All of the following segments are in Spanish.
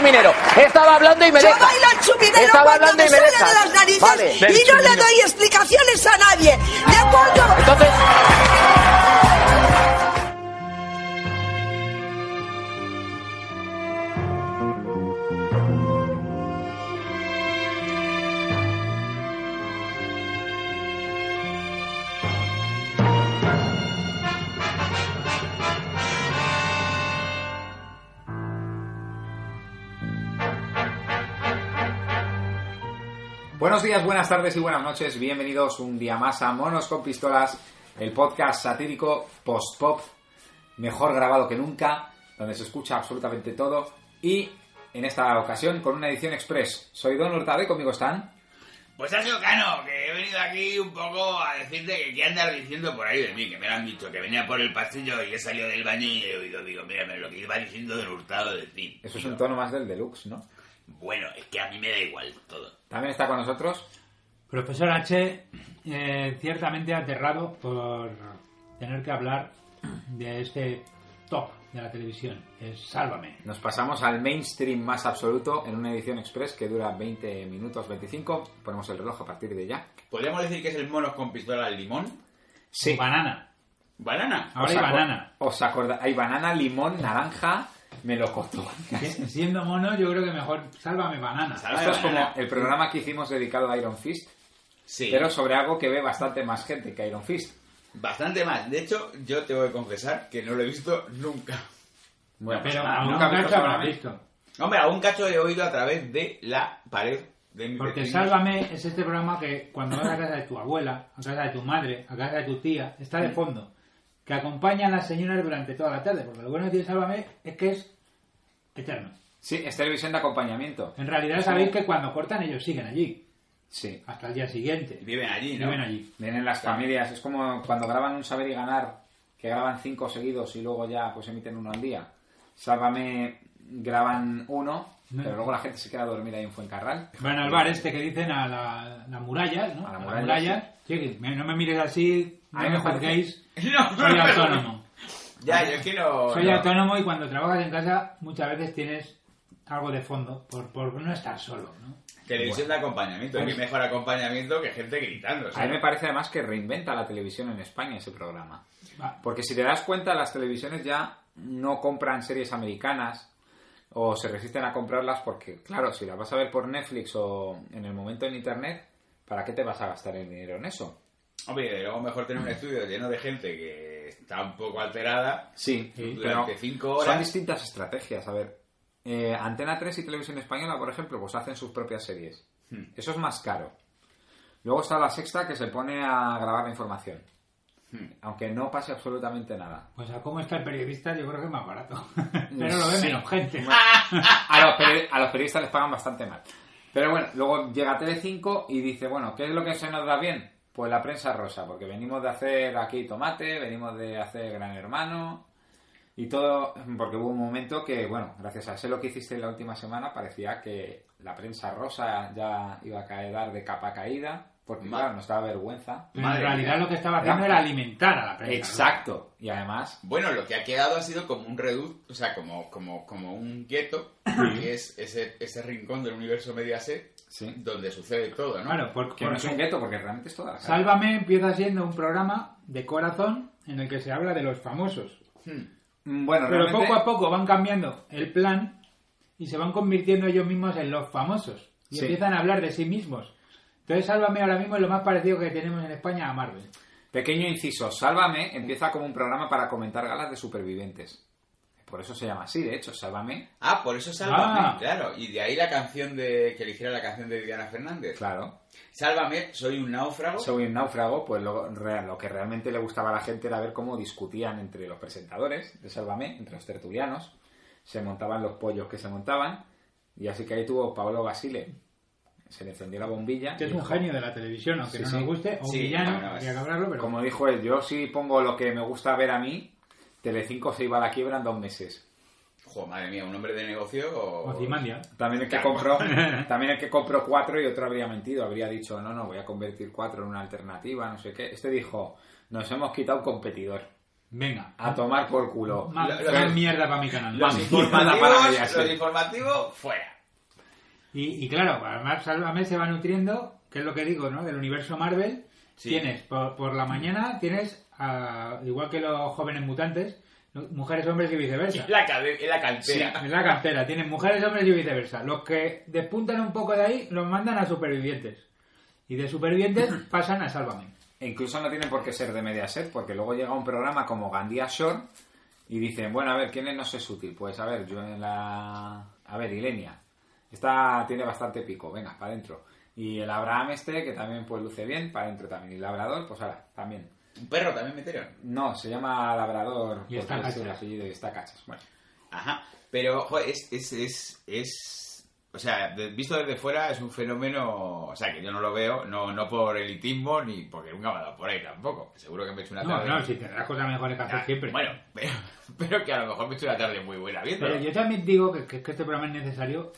primero. Estaba hablando y me Yo deja. bailo el chupidero Estaba cuando hablando me y me sale dejas. de las narices Vale. y Del no le chupidero. doy explicaciones a nadie. ¿De acuerdo? Entonces, Buenos días, buenas tardes y buenas noches. Bienvenidos un día más a Monos con Pistolas, el podcast satírico post-pop, mejor grabado que nunca, donde se escucha absolutamente todo. Y en esta ocasión con una edición express. Soy Don Hurtado y conmigo están. Pues Sergio Cano, que he venido aquí un poco a decirte que qué andas diciendo por ahí de mí, que me lo han dicho, que venía por el pasillo y he salido del baño y he oído, digo, mírame lo que iba diciendo del hurtado de ti. Eso es un tono más del deluxe, ¿no? Bueno, es que a mí me da igual todo. También está con nosotros. Profesor H, eh, ciertamente aterrado por tener que hablar de este top de la televisión, que es Sálvame. Nos pasamos al mainstream más absoluto en una edición express que dura 20 minutos 25. Ponemos el reloj a partir de ya. ¿Podríamos decir que es el monos con pistola al limón? Sí. Banana. ¿Banana? Ahora hay Os acor- banana. Os acorda- Hay banana, limón, naranja, melocotón. Que, Siendo mono, yo creo que mejor Sálvame Banana. Sálvame. Esto es banana. como el programa que hicimos dedicado a Iron Fist, Sí. pero sobre algo que ve bastante más gente que Iron Fist. Bastante más. De hecho, yo te voy a confesar que no lo he visto nunca. Bueno, Pero pues nada, aún nunca he visto nunca habrás Sálvame. visto. Hombre, a un cacho he oído a través de la pared de mi Porque vecino. Sálvame es este programa que cuando vas a casa de tu abuela, a casa de tu madre, a casa de tu tía, está de fondo. Que acompaña a las señoras durante toda la tarde. Porque lo bueno que tiene Sálvame es que es eterno. Sí, es televisión de acompañamiento. En realidad sabéis que cuando cortan ellos siguen allí. Sí. Hasta el día siguiente. Viven allí, ¿no? Viven allí. Vienen las familias, es como cuando graban un saber y ganar, que graban cinco seguidos y luego ya pues emiten uno al día. Sálvame graban uno, No. pero luego la gente se queda dormida ahí en Fuencarral. Van al bar este que dicen a la- las murallas, ¿no? A la las muralla, murallas. Sí, que me- no me mires así, no A mí me me parece- juzguéis. No, Soy autónomo. Ya, yo es que no... Soy no. autónomo y cuando trabajas en casa muchas veces tienes algo de fondo por, por no estar solo, ¿no? Televisión de acompañamiento. Qué mejor acompañamiento que gente gritando. o sea. A mí me parece además que reinventa la televisión en España ese programa. Va. Porque si te das cuenta, las televisiones ya no compran series americanas o se resisten a comprarlas porque, claro, si las vas a ver por Netflix o en el momento en Internet, ¿para qué te vas a gastar el dinero en eso? Hombre, y luego mejor tener un estudio lleno de gente que está un poco alterada. Sí, Sí, pero durante cinco horas. son distintas estrategias. A ver, eh, Antena 3 y Televisión Española, por ejemplo, pues hacen sus propias series. Hmm. Eso es más caro. Luego está la sexta que se pone a grabar la información. Hmm. Aunque no pase absolutamente nada. Pues a cómo está el periodista yo creo que es más barato. Pero lo ve Sí. menos gente. A los, peri- a los periodistas les pagan bastante mal. Pero bueno, luego llega Telecinco y dice, bueno, ¿qué es lo que se nos da bien? Pues la prensa rosa, porque venimos de hacer aquí Tomate, venimos de hacer Gran Hermano y todo, porque hubo un momento que, bueno, gracias a ese lo que hiciste la última semana, parecía que la prensa rosa ya iba a caer dar de capa caída, porque Ma- claro, nos daba vergüenza. Pero en Madre realidad mía. lo que estaba haciendo era alimentar a la prensa. ¿no? Exacto, y además, Bueno, lo que ha quedado ha sido como un reducto, o sea, como, como, como un gueto, que es ese, ese rincón del universo Mediaset sí, donde sucede todo, ¿no? Claro, por- que no es porque- un gueto, porque realmente es toda la calle. Sálvame empieza siendo un programa de corazón en el que se habla de los famosos. Hmm. Mm, Bueno, Pero realmente- poco a poco van cambiando el plan y se van convirtiendo ellos mismos en los famosos. Y Sí. empiezan a hablar de sí mismos. Entonces, Sálvame ahora mismo es lo más parecido que tenemos en España a Marvel. Pequeño inciso, Sálvame empieza como un programa para comentar galas de supervivientes. Por eso se llama así, de hecho, Sálvame, Ah, por eso Sálvame, Ah. claro. Y de ahí la canción de que eligiera la canción de Diana Fernández. claro. Sálvame, soy un náufrago. Soy un náufrago, pues lo, re- lo que realmente le gustaba a la gente era ver cómo discutían entre los presentadores de Sálvame, entre los tertulianos, se montaban los pollos que se montaban, y así que ahí tuvo Pablo Basile, se le encendió la bombilla. Que es y un dijo, genio de la televisión, aunque Sí, no sí. nos guste, o Sí, villano, no, no, habría es- que hablarlo, pero Como dijo él, yo si pongo lo que me gusta ver a mí, Telecinco se iba a la quiebra en dos meses. Jo, madre mía, un hombre de negocio o... Ozymandias. También el que compró, también el que compró cuatro y otro habría mentido, habría dicho, no, no, voy a convertir cuatro en una alternativa, no sé qué. Este dijo, nos hemos quitado un competidor. Venga. A tomar por culo. Más, Lo- lo- más mierda para mi canal. Los Vamos. informativos, Para ella, sí. los informativos, fuera. Y, y claro, además Sálvame se va nutriendo, que es lo que digo, ¿no? Del universo Marvel. Sí. Tienes, por, por la mañana, tienes, a- igual que los jóvenes mutantes, ¿no? mujeres, hombres y viceversa. Es la, cabe- es la cantera. Es la cantera, tienes mujeres, hombres y viceversa. Los que despuntan un poco de ahí, los mandan a supervivientes. Y de supervivientes pasan a Sálvame. E incluso no tienen por qué ser de Mediaset, porque luego llega un programa como Gandía Shore y dicen, bueno, a ver, ¿quién es no es útil? Pues a ver, yo en la... A ver, Ilenia. Esta tiene bastante pico, venga, para adentro. Y el Abraham este, que también pues luce bien, para adentro también. Y Labrador, pues ahora, también. Un perro también metieron. No, se llama Labrador. Y está porque es el cachas. apellido y está cachas. Bueno, Ajá. Pero, ojo, es, es, es, es- O sea, de- visto desde fuera es un fenómeno... O sea, que yo no lo veo, no, no por elitismo ni porque nunca me ha dado por ahí tampoco. Seguro que me he hecho una No, tarde... no, si tendrás cosas mejores que hacer Ah, siempre. Bueno, pero, pero que a lo mejor me he hecho una tarde muy buena viendo. Pero yo también digo que, que- que este programa es necesario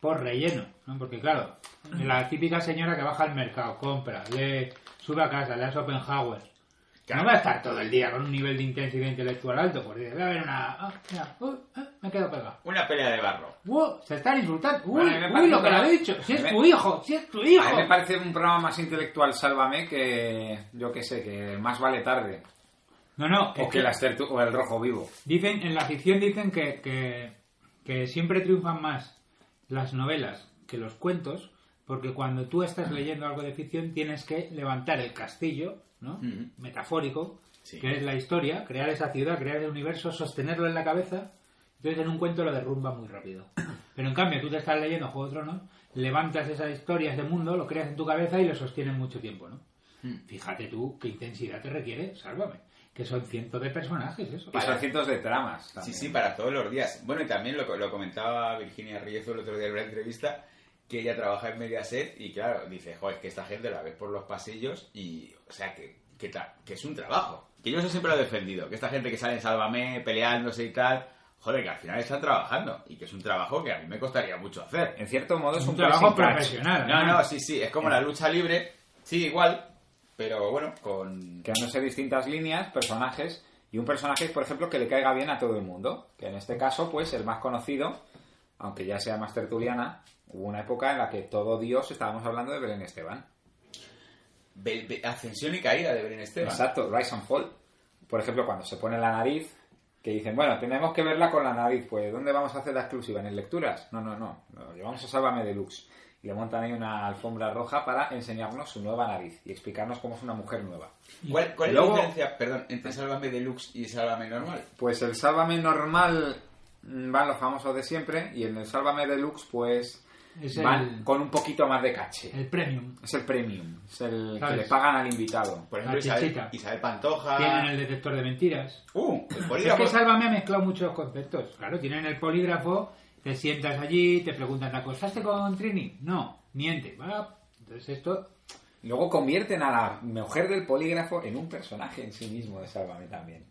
por relleno, ¿no? Porque claro, la típica señora que baja al mercado, compra, le sube a casa, le das Oppenhauer. Que no va a estar todo el día con un nivel de intensidad intelectual alto, porque va a haber una... ah, mira, uy, ah, me quedo pegado. Una pelea de barro. Wow, se están insultando. Uy, Bueno, a mí me parece uy, lo que le una- ha dicho. Si es me- tu hijo, si es tu a hijo. mí me parece un programa más intelectual, Sálvame, que yo qué sé, que más vale tarde. No, no, es O que que- las tertu- o el rojo vivo. Dicen, en la ficción dicen que, que, que siempre triunfan más las novelas que los cuentos, porque cuando tú estás leyendo algo de ficción tienes que levantar el castillo, ¿no? Ujú. Metafórico, Sí. que es la historia, crear esa ciudad, crear el universo, sostenerlo en la cabeza. Entonces en un cuento lo derrumba muy rápido. Pero en cambio, tú te estás leyendo Juego de Tronos, levantas esas historias de mundo, lo creas en tu cabeza y lo sostienes mucho tiempo, ¿no? Hmm. Fíjate tú qué intensidad te requiere, sálvame. Que son cientos de personajes, eso. Y son cientos de tramas. Sí, también. sí, para todos los días. Bueno, y también lo, lo comentaba Virginia Riezo el otro día en una entrevista, que ella trabaja en Mediaset y claro, dice, joder, es que esta gente la ves por los pasillos y, o sea, que, que, tra- que es un trabajo. Que yo eso siempre lo he defendido, que esta gente que sale en Sálvame, peleándose y tal, joder, que al final están trabajando y que es un trabajo que a mí me costaría mucho hacer. En cierto modo es Es un, un trabajo pressing catch. profesional. No, no, sí, sí, es como la lucha libre, sí, igual, pero bueno, con... creándose distintas líneas, personajes, y un personaje, por ejemplo, que le caiga bien a todo el mundo. Que en este caso, pues, el más conocido, aunque ya sea más tertuliana, hubo una época en la que todo Dios estábamos hablando de Belén Esteban. be- be- ascensión y caída de Belén Esteban. Exacto, Rise and Fall. Por ejemplo, cuando se pone la nariz, que dicen, bueno, tenemos que verla con la nariz, pues ¿dónde vamos a hacer la exclusiva? ¿En lecturas? No, no, no, lo llevamos a Sálvame Deluxe. Y le montan ahí una alfombra roja para enseñarnos su nueva nariz y explicarnos cómo es una mujer nueva. ¿Cuál, cuál es Luego- ah. la diferencia, perdón, entre Sálvame Deluxe y Sálvame Normal? Pues el Sálvame normal mm, van los famosos de siempre y en el Sálvame Deluxe pues Es van el- con un poquito más de caché. El premium. Es el premium, es el que ¿Sabes? le pagan al invitado. Por ejemplo, La Isabel, chichita. Isabel Pantoja. Tienen el detector de mentiras. ¡Uh! El Es polígrafo. que Sálvame ha mezclado muchos conceptos. Claro, tienen el polígrafo, te sientas allí, te preguntan, ¿te acostaste con Trini? No, miente. va. Entonces esto... Luego convierten a la mujer del polígrafo en un personaje en sí mismo de Sálvame también.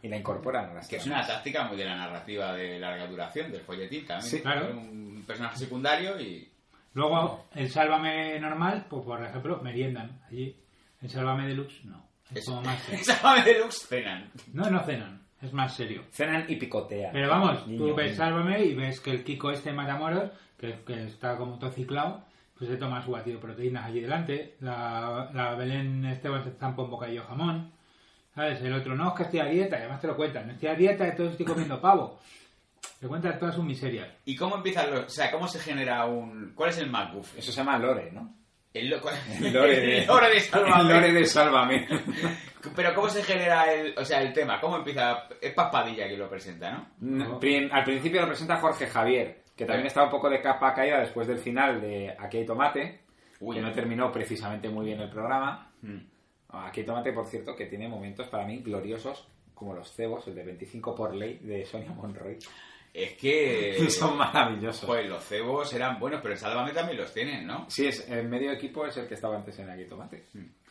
Y la incorporan a las Que es una tramas. táctica muy de la narrativa de larga duración, del folletín también. Sí, claro. Poner Un personaje secundario y... Luego, el Sálvame normal, pues por ejemplo, meriendan allí. El Sálvame deluxe, no. Es Eso. como más serio. Sálvame Deluxe cenan. No, no cenan. Es más serio. Cenan y picotean. Pero vamos, Niño, tú ves niño. Sálvame y ves que el Kiko este Matamoros, que, que está como todo ciclado, pues se toma su batido de proteínas allí delante. La, la Belén Esteban se zampa un bocadillo de jamón. ¿Sabes? El otro, no, es que estoy a dieta, y además te lo cuentan. No estoy a dieta, entonces estoy comiendo pavo. Te cuentan todas sus miserias. ¿Y cómo empiezan los...? O sea, ¿cómo se genera un...? ¿Cuál es el MacGuff? Eso se llama lore, ¿no? El, lo- El lore de, el lore de Sálvame. El lore de Sálvame. Pero ¿cómo se genera el... O sea, el tema? ¿Cómo empieza...? Es Paspadilla quien lo presenta, ¿no? Mm, prim- Al principio lo presenta Jorge Javier, que también estaba un poco de capa caída después del final de Aquí hay tomate, Uy. que no terminó precisamente muy bien el programa. Ah, Mm. Aquí hay tomate, por cierto, que tiene momentos para mí gloriosos, como los cebos, el de 25 por ley de Sonia Monroy. Es que... Son maravillosos. Joder, los cebos eran buenos, pero en Sálvame también los tienen, ¿no? Sí, es, el medio equipo es el que estaba antes en Aquí hay tomate.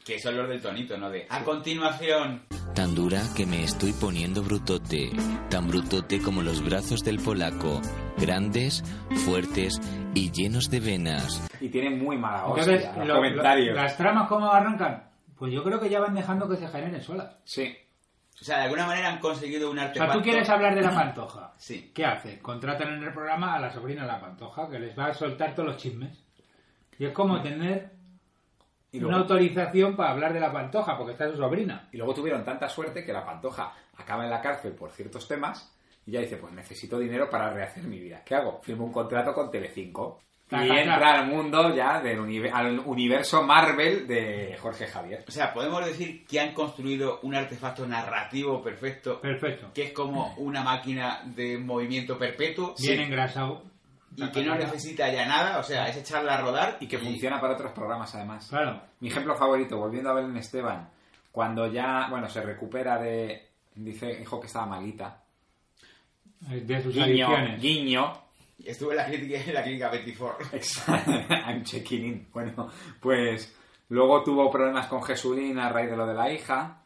Que son los del tonito, ¿no? De a continuación. Tan dura que me estoy poniendo brutote, tan brutote como los brazos del polaco, grandes, fuertes y llenos de venas. Y tiene muy mala Ah, hostia Entonces, los lo- lo- comentarios. las tramas, ¿cómo arrancan? Pues yo creo que ya van dejando que se generen solas. Sí. O O sea, de alguna manera han conseguido un O sea, artefacto. tú quieres hablar de la pantoja. Sí. ¿Qué hacen? Contratan en el programa a la sobrina de la pantoja, que les va a soltar todos los chismes. Y es como tener Y una luego, autorización para hablar de la pantoja, porque está su sobrina. y luego tuvieron tanta suerte que la pantoja acaba en la cárcel por ciertos temas y ya dice, pues necesito dinero para rehacer mi vida. ¿Qué hago? Firmo un contrato con Telecinco. Claro, Y claro, entra claro. al mundo ya del unive- al universo Marvel de Jorge Javier. O sea, podemos decir que han construido un artefacto narrativo perfecto, Perfecto. que es como una máquina de movimiento perpetuo Bien engrasado. y que no necesita ya nada, o sea, es echarla a rodar Y que funciona para otros programas además. Claro. Mi ejemplo favorito, volviendo a Belén Esteban, cuando ya, bueno, se recupera de... Dice, dijo que estaba malita. eh, De sus Guiño, adicciones. guiño. Estuve en la crítica en la clínica 24. Exacto. I'm checking in. Bueno, pues luego tuvo problemas con Jesulín a raíz de lo de la hija.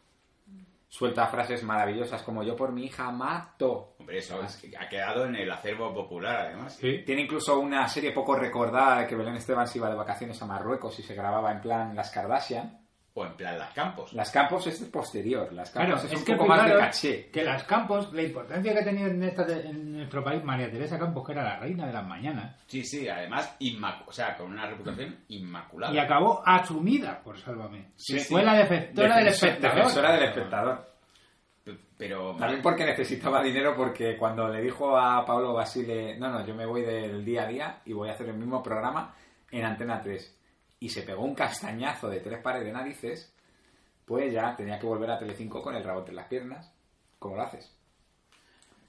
Suelta frases maravillosas como yo por mi hija mato. Hombre, eso es- ha quedado en el acervo popular, además. Sí. Tiene incluso una serie poco recordada de que Belén Esteban se iba de vacaciones a Marruecos y se grababa en plan Las Kardashian. O Pues en plan las campos. Las Campos es posterior, Las Claro, Campos es, es, un que poco más de fijaros caché. que las Campos, la importancia que tenía en, esta- en nuestro país María Teresa Campos, que era la reina de las mañanas, Sí, sí, además, inmacu- o sea, con una reputación inmaculada. y acabó asumida por Sálvame. Sí, Fue sí. la defensora del Defensa- espectador. defensora del espectador. P- Pero También porque necesitaba dinero, porque cuando le dijo a Pablo Basile, no, no, yo me voy del día a día y voy a hacer el mismo programa en Antena 3, y se pegó un castañazo de tres pares de narices, pues ya tenía que volver a Telecinco con el rabo entre las piernas. ¿Cómo lo haces?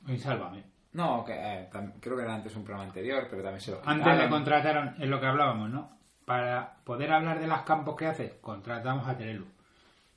Y Sálvame. No, que, eh, tam- creo que era antes un programa anterior, pero también se lo Antes le quitaron. contrataron, es lo que hablábamos, ¿no? Para poder hablar de las campos que hace, contratamos a Terelu.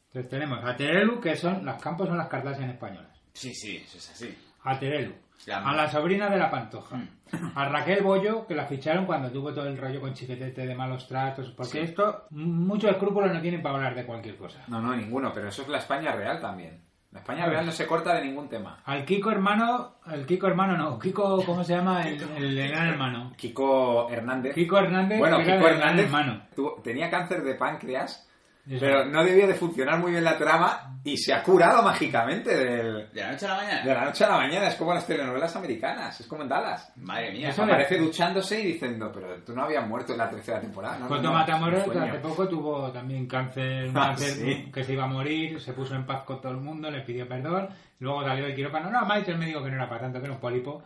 Entonces tenemos a Terelu, que son las campos son las cartas en españolas. Sí, sí, eso es así. A Terelu. La- A la sobrina de la Pantoja. Mm. A Raquel Bollo, que la ficharon cuando tuvo todo el rollo con chiquetete de malos tratos. Porque esto, muchos escrúpulos no tienen para hablar de cualquier cosa. No, no, ninguno, pero eso es la España real también. La España real no se corta de ningún tema. Al Kiko hermano, el Kiko hermano no, Kiko, ¿cómo se llama? El, el enano hermano. Kiko Hernández. Kiko Hernández, Bueno, que era Kiko el enano Hernández hermano. tuvo- tenía cáncer de páncreas, Eso. pero no debía de funcionar muy bien la trama y se ha curado mágicamente del- De la noche a la mañana. de la noche a la mañana. Es como las telenovelas americanas, es como en Dallas. Madre mía. Eso Aparece duchándose y diciendo, pero tú no habías muerto en la tercera temporada. No, Cuando no, no, Matamoros sueño". hace poco tuvo también cáncer, un Ah, cáncer sí. que se iba a morir, se puso en paz con todo el mundo, les pidió perdón, luego salió del quirófano, no, Maite me dijo que no era para tanto, que era un pólipo.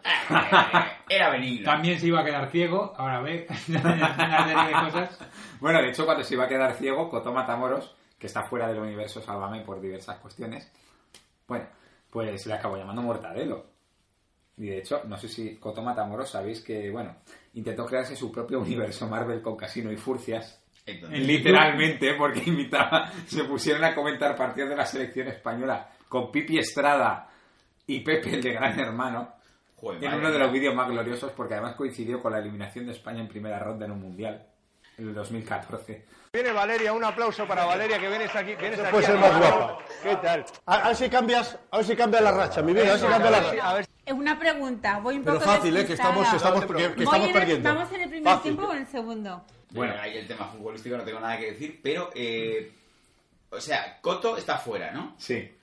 Era benigno. También se iba a quedar ciego, ahora ve, una serie de cosas. Bueno, de hecho, cuando se iba a quedar ciego, Cotó Matamoros, que está fuera del universo Sálvame por diversas cuestiones, bueno, pues le acabó llamando Mortadelo. Y de hecho, no sé si Cotó Matamoros sabéis que, bueno, intentó crearse su propio universo Marvel con Casino y Furcias. Entonces, Literalmente, porque imitaba, se pusieron a comentar partidos de la selección española con Pipi Estrada y Pepe el de Gran Hermano joder, en madre uno de mía. los vídeos más gloriosos porque además coincidió con la eliminación de España en primera ronda en un mundial en el 2014. Viene Valeria, un aplauso para Valeria que vienes aquí. Vienes aquí puede a ser Pues más robar. guapa. ¿Qué tal? A, a ver si cambias, a ver si cambias la racha, mi vida, a ver si cambias la A ver si- racha. a ver si- Es una pregunta, voy un Pero poco fácil, eh, que estamos, despistada. estamos, No te que- que preocupes. Voy estamos en el- perdiendo. ¿Vamos en el primer Fácil. tiempo o en el segundo? Bueno, ahí el tema futbolístico no tengo nada que decir, pero. eh, o sea, Coto está fuera, ¿no? Sí.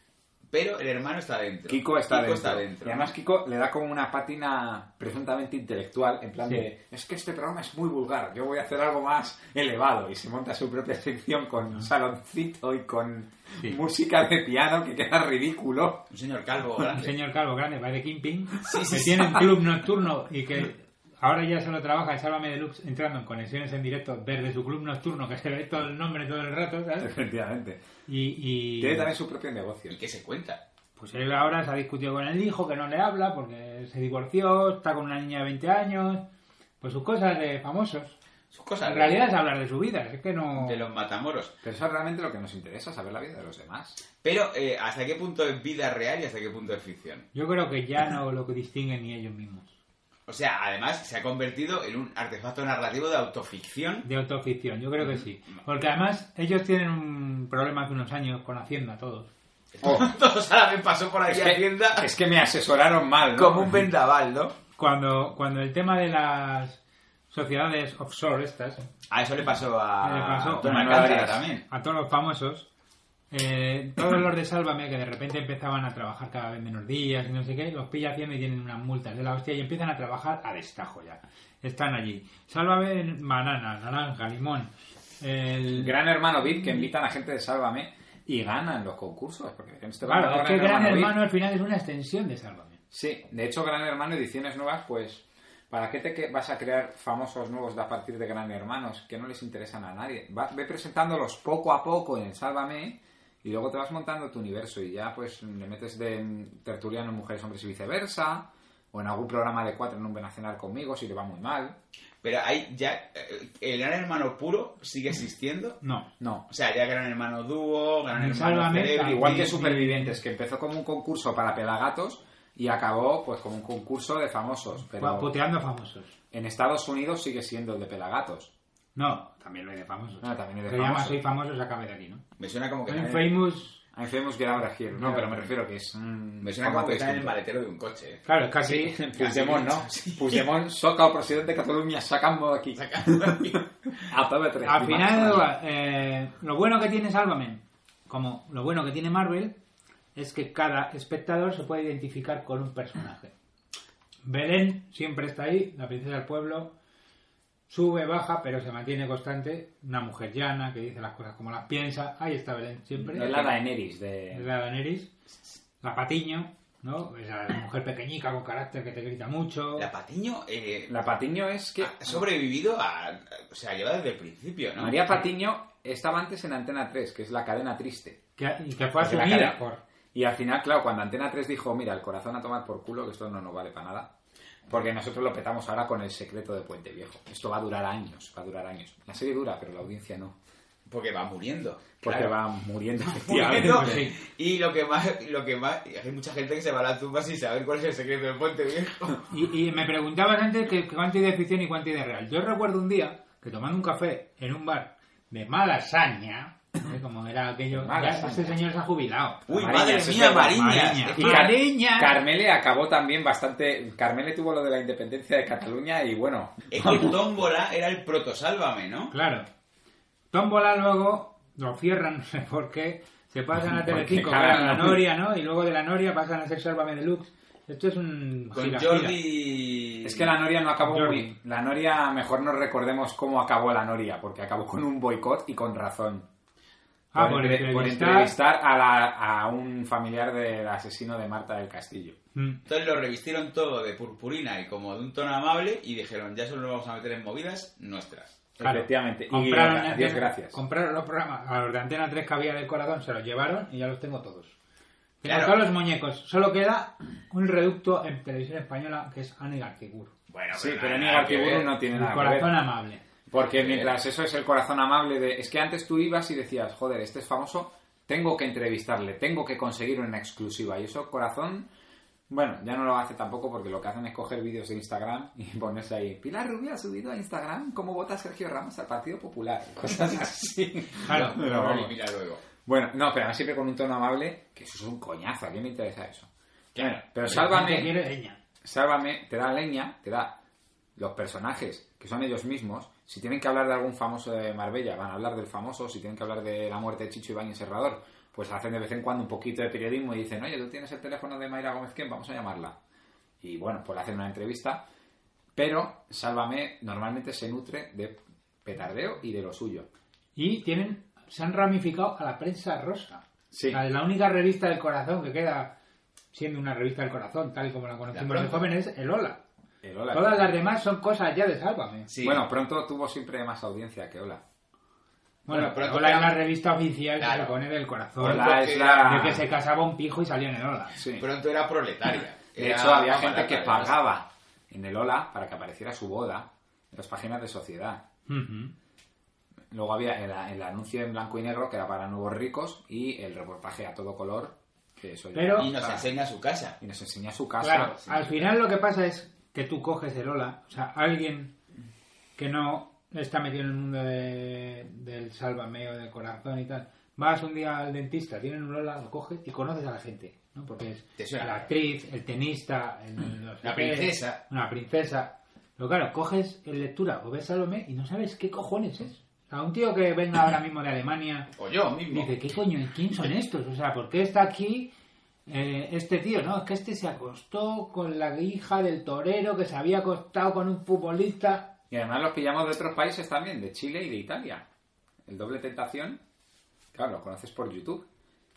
Pero el hermano está dentro. Kiko está, dentro. está dentro. Y además Kiko le da como una pátina presuntamente intelectual, en plan de, es que este programa es muy vulgar, yo voy a hacer algo más elevado. Y se monta su propia sección con saloncito y con música de piano que queda ridículo. Un señor calvo Un grande. señor calvo grande, va de Kimping, Sí, sí, que sí. tiene un club nocturno y que ahora ya solo trabaja en Sálvame Deluxe entrando en conexiones en directo desde su club nocturno, que se ve todo el nombre todo el rato, ¿sabes? Efectivamente. Y, y- Tiene también su propio negocio. ¿Y qué se cuenta? Pues él ahora se ha discutido con el hijo, que no le habla porque se divorció, está con una niña de 20 años, pues sus cosas de famosos. Sus cosas. En realidad es hablar de su vida, es que no... De los matamoros. Pero eso es realmente lo que nos interesa, saber la vida de los demás. Pero, eh, ¿hasta qué punto es vida real y hasta qué punto es ficción? Yo creo que ya no lo distinguen ni ellos mismos. O sea, además se ha convertido en un artefacto narrativo de autoficción. De autoficción, yo creo que sí. Porque además ellos tienen un problema hace unos años con Hacienda, todos. Oh, Todos a la vez pasó por es, aquí que, Hacienda es que me asesoraron mal. ¿no? como un vendaval, ¿no? Cuando, cuando el tema de las sociedades offshore estas, A Ah, eso le pasó a Ah, Le pasó. Don A Alcántara Arias. también. a todos los famosos, eh, todos los de Sálvame que de repente empezaban a trabajar cada vez menos días y no sé qué, los pilla haciendo y tienen unas multas de la hostia y empiezan a trabajar a destajo ya. Están allí. Sálvame, banana, naranja, limón. El... Gran Hermano VIP que invitan a gente de Sálvame y ganan los concursos. Porque esto Claro, ganó es que Gran VIP. Hermano al final es una extensión de Sálvame. Sí, de hecho Gran Hermano Ediciones Nuevas, pues, ¿para qué te que- vas a crear famosos nuevos de a partir de Gran Hermanos que no les interesan a nadie? Va- ve presentándolos poco a poco en el Sálvame y luego te vas montando tu universo y ya pues le metes de mm, tertuliano en Mujeres, Hombres y Viceversa o en algún programa de cuatro en un Nacional conmigo si le va muy mal. Pero hay ya. eh, El gran hermano puro sigue existiendo. No. No, O sea, ya gran hermano dúo, gran Ni hermano. Sálvame, Cerebro, Igual que Disney. Supervivientes, que empezó como un concurso para pelagatos y acabó pues como un concurso de famosos. Pero Puteando a famosos. en Estados Unidos sigue siendo el de pelagatos. No, también lo hay de famosos. Ah, también hay de Se llama famosos. Soy famoso, se acabe de aquí, ¿no? Me suena como que. En está en- Famous... Ah, A Infamous Get Out of Here. No, pero me refiero que es... Mm, Me suena como que está en el maletero de un coche. eh. Claro, es que aquí... Puigdemont, ¿no? Puigdemont soca al presidente de Cataluña, sacamos de aquí. A todo de tres. Al final, eh, lo bueno que tiene Salvamen, como lo bueno que tiene Marvel, es que cada espectador se puede identificar con un personaje. Belén siempre está ahí, la princesa del pueblo, sube, baja, pero se mantiene constante. Una mujer llana que dice las cosas como las piensa. Ahí está Belén siempre. Es la Daenerys Es de... la Daenerys. La Patiño, ¿no? Esa mujer pequeñica con carácter que te grita mucho. La Patiño eh, La Patiño es que... ha sobrevivido a. a- O sea, lleva desde el principio, Ah, ¿no? María Patiño estaba antes en Antena 3, que es la cadena triste. Que, y que fue Porque la asumida cadena- por... Y al final, claro, cuando Antena 3 dijo, mira, el corazón a tomar por culo, que esto no nos vale para nada, porque nosotros lo petamos ahora con el secreto de Puente Viejo. Esto va a durar años, va a durar años. La serie dura, pero la audiencia no. Porque va muriendo. Porque Claro. va muriendo, efectivamente. Muriendo. pues sí. Y lo que más, lo que más, hay mucha gente que se va a la tumba sin saber cuál es el secreto del puente viejo. Y, y me preguntabas antes que, que cuánto hay de ficción y cuánto hay de real. Yo recuerdo un día que tomando un café en un bar de Malasaña, ¿eh? como era aquello, ya Malasaña. este señor se ha jubilado. Uy, Mariñas, madre eso es mía, verdad, Mariñas. Y Mariñas. Car- Mariña. Carmele acabó también bastante... Carmele tuvo lo de la independencia de Cataluña y bueno... Es que Tómbola era el protosálvame, ¿no? Claro. Tómbola luego lo cierran, no sé por qué, se pasan a Porque, Telecinco, claro, ganan la no. Noria, ¿no? Y luego de la Noria pasan a ser Sálvame Deluxe. Esto es un... Con gira, gira. Jordi. Es que la Noria no acabó Jordi. muy... La Noria, mejor nos recordemos cómo acabó la Noria, porque acabó con un boicot y con razón. Ah, por, por entre- por entrevistar. entrevistar a, la- a un familiar del asesino de Marta del Castillo. Mm. Entonces lo revistieron todo de purpurina y como de un tono amable y dijeron, ya solo nos vamos a meter en movidas nuestras. Claro. Efectivamente. Y Compraron, Dios Antena- gracias. compraron los programas a los de Antena 3 que había del corazón, se los llevaron y ya los tengo todos. Tengo Claro. todos los muñecos. Solo queda un reducto en televisión española que es Anne Gartigur. Bueno, sí, nada, pero ni nada que Gartiburu ver. no tiene El nada que corazón ver. amable. Porque mientras eso es el corazón amable de... Es que antes tú ibas y decías, joder, este es famoso, tengo que entrevistarle, tengo que conseguir una exclusiva. Y eso corazón... Bueno, ya no lo hace tampoco porque lo que hacen es coger vídeos de Instagram y ponerse ahí. Pilar Rubio ha subido a Instagram cómo vota Sergio Ramos al Partido Popular. Cosas así. Claro, Pero Lo vamos. elimina luego. Bueno, no, pero además siempre con un tono amable, que eso es un coñazo, ¿a quién me interesa eso? Bueno, pero Que sálvame, quiere leña. sálvame, te da leña, te da los personajes, que son ellos mismos. Si tienen que hablar de algún famoso de Marbella, van a hablar del famoso. Si tienen que hablar de la muerte de Chicho Iván Serrador, pues hacen de vez en cuando un poquito de periodismo y dicen, oye, tú tienes el teléfono de Mayra Gómez Quién, vamos a llamarla. Y bueno, pues le hacen una entrevista. Pero Sálvame normalmente se nutre de petardeo y de lo suyo. Y tienen, se han ramificado a la prensa rosa. Sí. O sea, la única revista del corazón que queda siendo una revista del corazón, tal y como la conocemos La los jóvenes, es el Hola. El hola. Todas las demás son cosas ya de Sálvame. Sí. Bueno, pronto tuvo siempre más audiencia que Hola. Bueno, Bueno, pero Hola es tocan- la revista oficial que Claro. se pone del corazón. Hola es que- la... De que se casaba un pijo y salía en el Hola. Sí. pronto era proletaria. De Era hecho, había más gente barata, que además. pagaba en el Hola para que apareciera su boda en las páginas de sociedad. Ujú. Luego había el, el anuncio en blanco y negro que era para nuevos ricos y el reportaje a todo color que eso ya- Pero- Y nos enseña su casa. y nos enseña su casa. Claro, Sí. al final lo que pasa es que tú coges el hola, o sea, alguien que no está metido en el mundo de- del sálvame o del corazón y tal, vas un día al dentista, tienen un hola, lo coges y conoces a la gente, ¿no? Porque Te es suena. la actriz, el tenista, el- no sé La qué, princesa. Una princesa. Pero claro, coges en lectura o ves Salomé y no sabes qué cojones es. O sea, un tío que venga ahora mismo de Alemania O yo mismo. dice, ¿qué coño? ¿Quién son estos? O sea, ¿por qué está aquí eh, este tío? No, es que este se acostó con la hija del torero que se había acostado con un futbolista. Y además los pillamos de otros países también, de Chile y de Italia. El doble tentación, claro, los conoces por YouTube.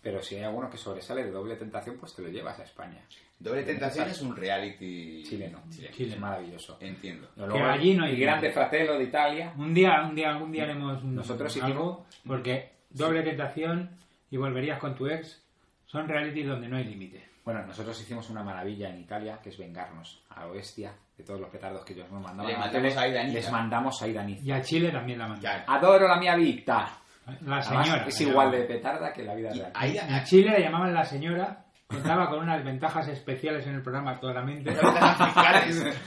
Pero si hay alguno que sobresale de doble tentación, pues te lo llevas a España. Doble Tentación es un reality Chileno. chileno. Es maravilloso. Entiendo. Pero Que allí no hay el grande fratelo de Italia. Un día, un día, algún día haremos un- Nosotros algo, porque doble tentación y volverías con tu ex son realities donde no hay límite. Bueno, nosotros hicimos una maravilla en Italia, que es vengarnos a lo bestia de todos los petardos que ellos nos mandaban. Le a la mandamos tele. a Iraniza. Les mandamos a Iraniza. Y a Chile también la mandan. Ya. Adoro la mía vida. La Además, señora. es la igual de llamaban. petarda que la vida Y real. ahí, En a- Chile la llamaban la señora, contaba con unas ventajas especiales en el programa claramente.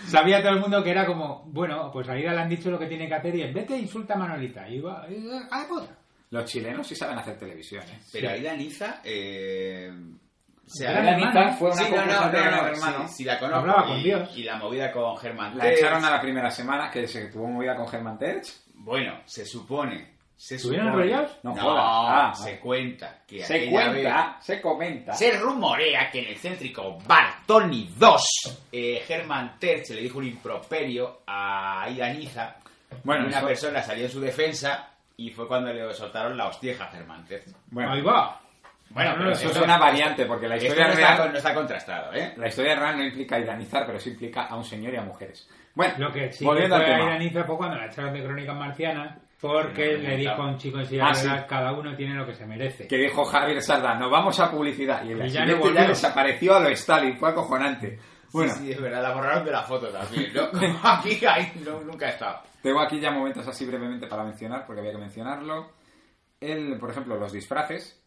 Sabía todo el mundo que era como, bueno, pues a Ida le han dicho lo que tiene que hacer y es, vete e insulta a Manolita. Y va, y va, ah, puta. Los chilenos sí saben hacer televisión. ¿eh? Pero ahí Daniza, eh, se ha- Era hermana. Iraniza fue una Sí, no, no, concursante de no, Gran no, hermano. sí, sí, la conozco. Hablaba y, con Dios. y la movida con Germán La Terz. echaron a la primera semana, que se tuvo movida con Germán Tech. Bueno, se supone. Se ¿Estuvieron supone- enrollados? No, No jodas. Ah, se vale. cuenta que Se aquella cuenta, Ah, vez- se comenta. Se rumorea que en el céntrico Bar Tony 2, eh, Germán Terz le dijo un improperio a Ida Niza. Bueno, una eso- persona salió en su defensa y fue cuando le soltaron la hostieja a Germán Terz. Ahí Bueno, va. Bueno, pero eso es esto- una variante, porque la esto historia no está real con- no está contrastado, ¿eh? La historia real no implica iranizar, pero sí implica a un señor y a mujeres. Bueno, Lo que sí que volviendo al fue a tema. Iraniza fue cuando la echaron de Crónicas Marcianas porque Sí, no, le no, dijo a claro. un chico en Ah, silla de sí. ruedas, cada uno tiene lo que se merece. Que dijo Javier Sarda, nos vamos a publicidad. Y el Y ya siguiente no ya, volvió. desapareció a lo Stalin, fue acojonante. Bueno, Sí, sí, es verdad, la borraron de la foto también, ¿no? Como Aquí ahí, no, nunca he estado. tengo aquí ya momentos así brevemente para mencionar, porque había que mencionarlo. El, por ejemplo, los disfraces,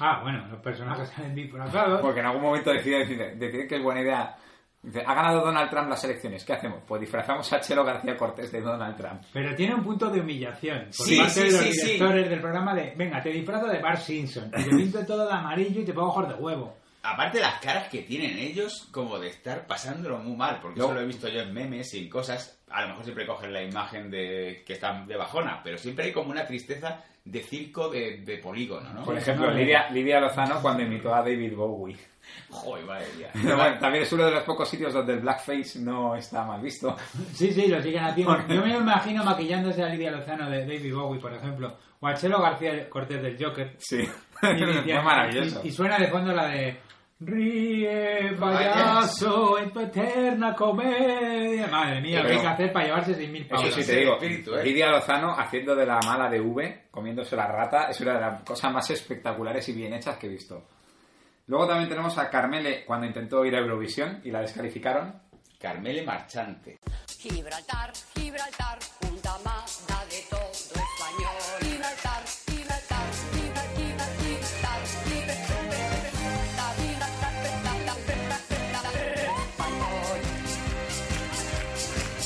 Ah, bueno, los personajes salen disfrazados. porque en algún momento decide, decide- decide que es buena idea. Dice, ha ganado Donald Trump las elecciones, ¿qué hacemos? Pues disfrazamos a Chelo García Cortés de Donald Trump. Pero tiene un punto de humillación por Sí, parte sí, de los sí, sí. directores del programa de venga, te disfrazo de Bart Simpson, y te pinto todo de amarillo y te pongo ojos de huevo. Aparte las caras que tienen ellos como de estar pasándolo muy mal, porque No. eso lo he visto yo en memes y en cosas. A lo mejor siempre cogen la imagen de que están de bajona, pero siempre hay como una tristeza de circo de, de polígono, ¿no? Por ejemplo, no, no. Lidia, Lidia Lozano cuando imitó a David Bowie. Joder, madre mía. Pero bueno, también es uno de los pocos sitios donde el blackface no está mal visto. Sí, sí, lo siguen haciendo. Yo me imagino maquillándose a Lidia Lozano de David Bowie, por ejemplo, o a Chelo García Cortés del Joker. Sí, Y- y- es maravilloso. Y, y suena de fondo la de Ríe, payaso, en tu eterna comedia. Madre mía, lo que hay que hacer para llevarse 6.000 Eso pavos. sí sí, te digo, espíritu, ¿eh? Lidia Lozano haciendo de la mala de V, comiéndose la rata, es una de las cosas más espectaculares y bien hechas que he visto. Luego también tenemos a Carmele cuando intentó ir a Eurovisión y la descalificaron. Carmele Marchante. Gibraltar, Gibraltar, punta amada de todo español. Gibraltar, Gibraltar, Gibraltar, Gibraltar, Gibraltar, Gibraltar, Gibraltar, Gibraltar, Gibraltar, Gibraltar, español.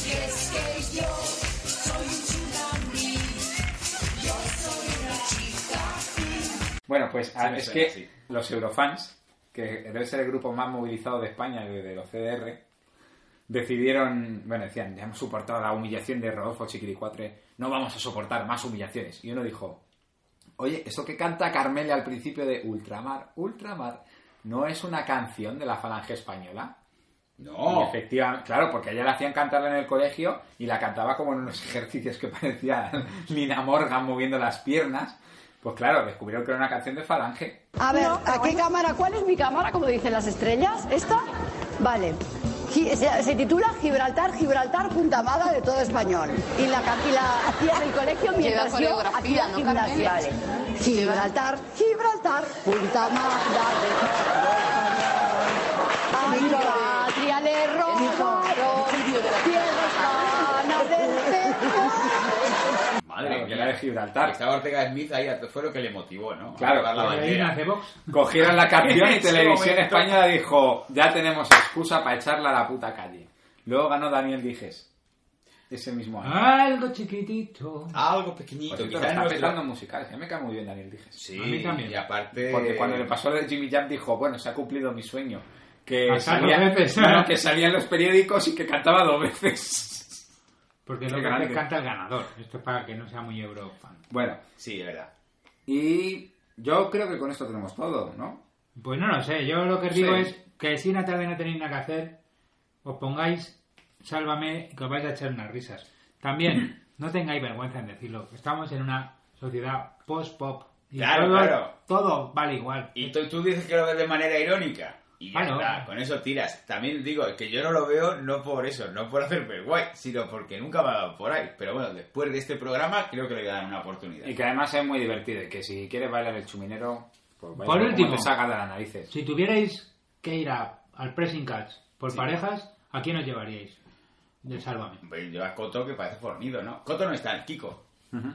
Y es que yo soy un tsunami, yo soy una chica. Bueno, pues a- me es suena, que sí. los Eurofans, que debe ser el grupo más movilizado de España de, de los CDR, decidieron, bueno, decían, ya hemos soportado la humillación de Rodolfo Chiquiricuatre, no vamos a soportar más humillaciones. Y uno dijo, oye, eso que canta Carmele al principio de Ultramar, Ultramar, ¿no es una canción de la falange española? Y No. efectivamente, claro, porque a ella la hacían cantarla en el colegio y la cantaba como en unos ejercicios que parecía Lina Morgan moviendo las piernas. Pues claro, descubrieron que era una canción de falange. A ver, ¿a qué cámara? ¿Cuál es mi cámara? Como dicen las estrellas. ¿Esta? Vale. Gi- Se, se titula Gibraltar, Gibraltar, punta amada de todo español. Y la, ca- y la hacía en el colegio mientras yo hacía gimnasia. Vale. Gibraltar, Gibraltar, punta amada de todo español. Ay, patria le robaron tierras planas del centro. Madre Claro, que mía. era de Gibraltar. Estaba Ortega Smith ahí, fue lo que le motivó, ¿no? A Claro, llevar la Pero ahí bandera. nace Vox. Cogieron la canción y En ese Televisión momento. Española dijo, ya tenemos excusa para echarla a la puta calle. Luego ganó Daniel Dijes. Ese mismo año. Algo chiquitito. Algo Por pequeñito, cierto, quizás está Ah. no petando en musicales. A mí me cae muy bien Daniel Dijes. Sí, A mí también. y aparte... Porque cuando le pasó lo de Jimmy Jam dijo, bueno, se ha cumplido mi sueño. Que Hasta dos salía, veces. no, que salía en los periódicos y que cantaba dos veces. Porque es Qué lo que grande. te canta el ganador. Esto es para que no sea muy eurofan. Bueno, Sí, es verdad. y yo creo que con esto tenemos todo, ¿no? Pues no lo sé, yo lo que os digo Sí. es que si una tarde no tenéis nada que hacer, os pongáis sálvame y que os vais a echar unas risas. También, no tengáis vergüenza en decirlo. Estamos en una sociedad post-pop. y Claro, todo, claro. todo vale igual. Y tú, tú dices que lo ves de manera irónica. Y ya Ah, no. está, con eso tiras. También digo que yo no lo veo no por eso, no por hacerme guay, sino porque nunca me ha dado por ahí. Pero bueno, después de este programa creo que le voy a dar una oportunidad. Y que además es muy divertido y que si quieres bailar el chuminero, pues baila Por como último. te salga de las narices. Si tuvierais que ir a- al pressing catch por parejas, ¿a quién os llevaríais? De sálvame. Hombre, Yo a Coto que parece fornido, ¿no? Coto no está, el Kiko. Ujú.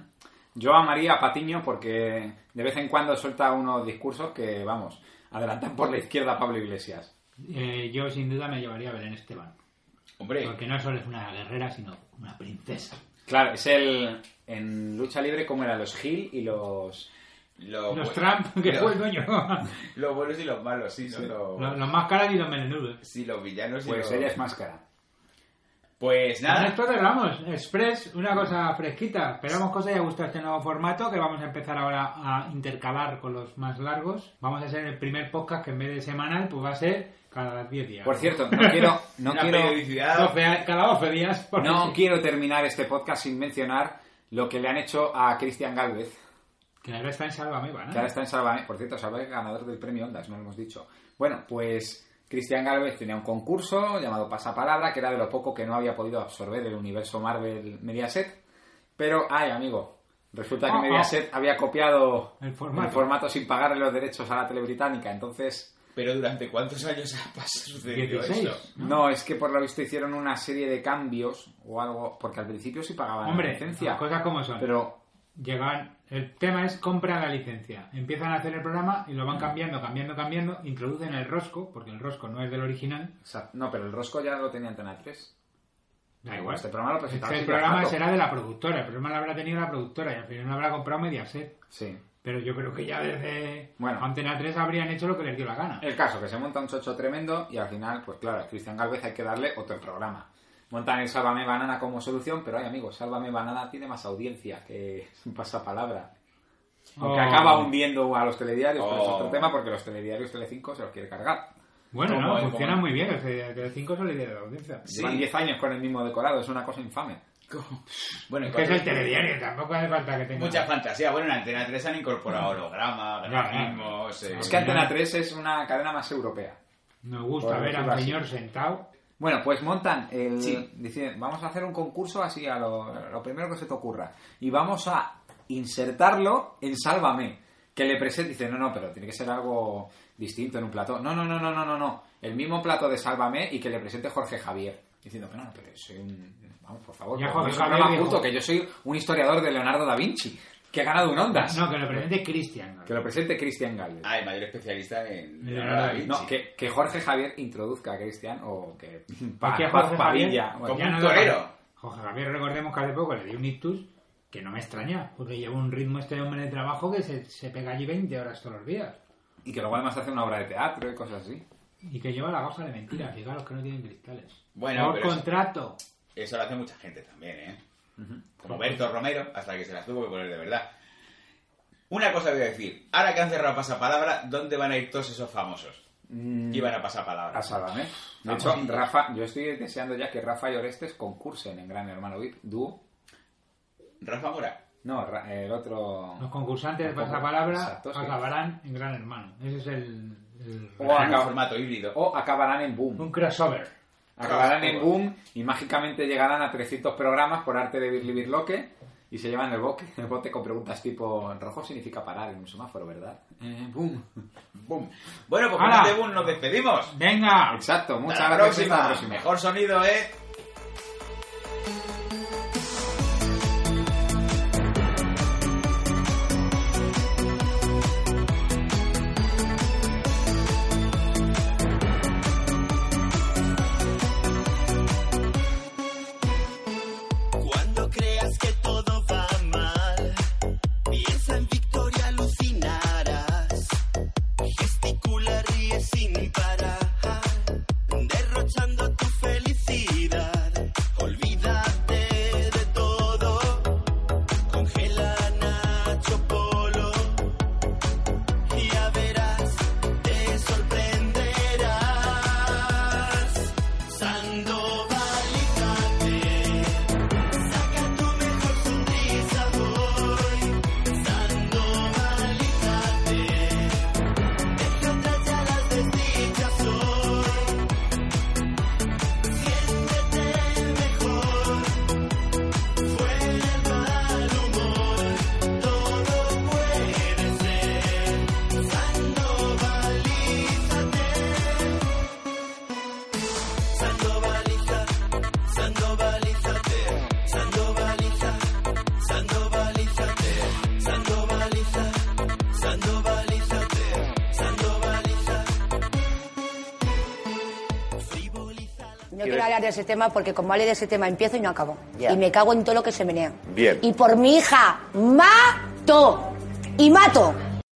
Yo amaría a Patiño porque de vez en cuando suelta unos discursos que, vamos, adelantan por la izquierda a Pablo Iglesias. Eh, yo sin duda me llevaría a Belén Esteban. Hombre, Porque no solo es una guerrera, sino una princesa. Claro, es el... En lucha libre, como eran los Gil y los... lo bueno- Los Trump, que lo- fue el dueño. Los buenos y los malos, sí, no los- Lo- Los más caras y los menudos. sí, los villanos y Pues los... ella es máscara. Pues Con nada, esto cerramos. Express, una cosa fresquita. Esperamos que os haya gustado este nuevo formato que vamos a empezar ahora a intercalar con los más largos. Vamos a hacer el primer podcast que en vez de semanal, pues va a ser cada 10 días. Por cierto, no quiero... No una quiero... periodicidad... 12 a- cada 12 días. porque No sí. quiero terminar este podcast sin mencionar lo que le han hecho a Cristian Galvez, Que ahora está en Sálvame, ¿vale? que ahora está en Salvame. Por cierto, Salvame ganador del premio Ondas, no lo hemos dicho. Bueno, pues Cristian Galvez tenía un concurso llamado Pasapalabra, que era de lo poco que no había podido absorber el universo Marvel Mediaset. Pero, ay, amigo, resulta que Ah, ah. Mediaset había copiado El formato. el formato sin pagarle los derechos a la tele británica. Entonces, Pero durante cuántos años ha pasado sucedido 16. eso. no, es que por lo visto hicieron una serie de cambios o algo, porque al principio sí pagaban la Hombre, licencia. las cosas como son. Pero Llegan, el tema es compra la licencia. Empiezan a hacer el programa y lo van cambiando, cambiando, cambiando. Introducen el rosco, porque el rosco no es del original. O sea, no, pero el rosco ya lo tenía Antena 3. Da igual. Este programa lo presentaba el Silvia programa Plath. será de la productora. El programa lo habrá tenido la productora y al final lo habrá comprado Mediaset. Sí. Pero yo creo que ya desde Bueno. Antena 3 habrían hecho lo que les dio la Eh, gana. El caso, que se monta un chocho tremendo y al final, pues claro, a Cristian Galvez hay que darle otro programa. Montan el Sálvame Banana como solución, pero ay, amigos, Sálvame Banana tiene más audiencia que es un pasapalabra. Aunque Oh. acaba hundiendo a los telediarios, pero es Oh. otro tema porque los telediarios Telecinco se los quiere cargar. Bueno, Como no, el- funciona como- muy bien. O sea, de 5 solo idea de la audiencia. Sí. Llevan 10 años con el mismo decorado, es una cosa infame. Bueno, Es que es el cuando- telediario, tampoco hace falta que tenga. Mucha fantasía. Bueno, en Antena 3 han incorporado holograma, grafismos... eh, Ah, Es que Antena 3 es una cadena más europea. Nos gusta Por ver a un decirlo así. señor sentado. Bueno, pues montan el... Sí. Dicen, vamos a hacer un concurso así a lo, lo primero que se te ocurra. Y vamos a insertarlo en Sálvame. Que le presente... Dice, no, no, pero tiene que ser algo distinto en un plato. No, no, no, no, no, no, no. El mismo plato de Sálvame y que le presente Jorge Javier. Diciendo, pero no, pero soy un... Vamos, por favor. Ya, pero no Jorge es un Javier, programa viejo. culto, que yo soy un historiador de Leonardo da Vinci. Que ha ganado un Ondas. No, que lo presente Cristian. ¿no? Que lo presente Cristian Galvez. Ah, el mayor especialista en... En Leonardo da Vinci. No, que, que Jorge Javier introduzca a Cristian o que Es Paz que Paz Jorge Padilla. Javier- bueno. ya un no da- torero. Jorge Javier, recordemos que hace poco le dio un ictus, que no me extraña, porque lleva un ritmo este hombre de trabajo que se, se pega allí 20 horas todos los días. Y que luego además hace una obra de teatro y cosas así. Y que lleva la gafa de mentira, fijaros que no tienen cristales. Bueno, Por pero es- contrato. Eso lo hace mucha gente también, ¿eh? Como Berto Romero, hasta que se las tuvo que poner de verdad. Una cosa voy a decir. Ahora que han cerrado Pasapalabra, ¿dónde van a ir todos esos famosos? Mm, Iban a Pasapalabra. a Sálvame. De hecho, Rafa, yo estoy deseando ya que Rafa y Orestes concursen en Gran Hermano VIP. Dúo. Rafa Mora. No, Ra- el otro... Los concursantes de Los concur- pasapalabra Exacto, sí. acabarán en Gran Hermano. Ese es el. el- O, En un acab- formato híbrido. o acabarán en Boom. Un crossover. Acabarán en Boom y mágicamente llegarán a 300 programas por arte de Birli Birloque y se llevan el, boque, el bote con preguntas tipo rojo significa parar en un semáforo, ¿verdad? Eh, boom. Boom. Bueno, pues ¡Hala! con este boom nos despedimos. ¡Venga! Exacto, muchas Hasta la gracias. hasta próxima. Mejor sonido, ¿eh? Cuando creas que todo va mal, piensa en victoria, alucinarás. Gesticula, ríe sin parar, derrochando tu felicidad. No quiero hablar de ese tema porque como hable de ese tema empiezo y no acabo. Ya. Y me cago en todo lo que se menea. Bien. Y por mi hija, mato. Y mato.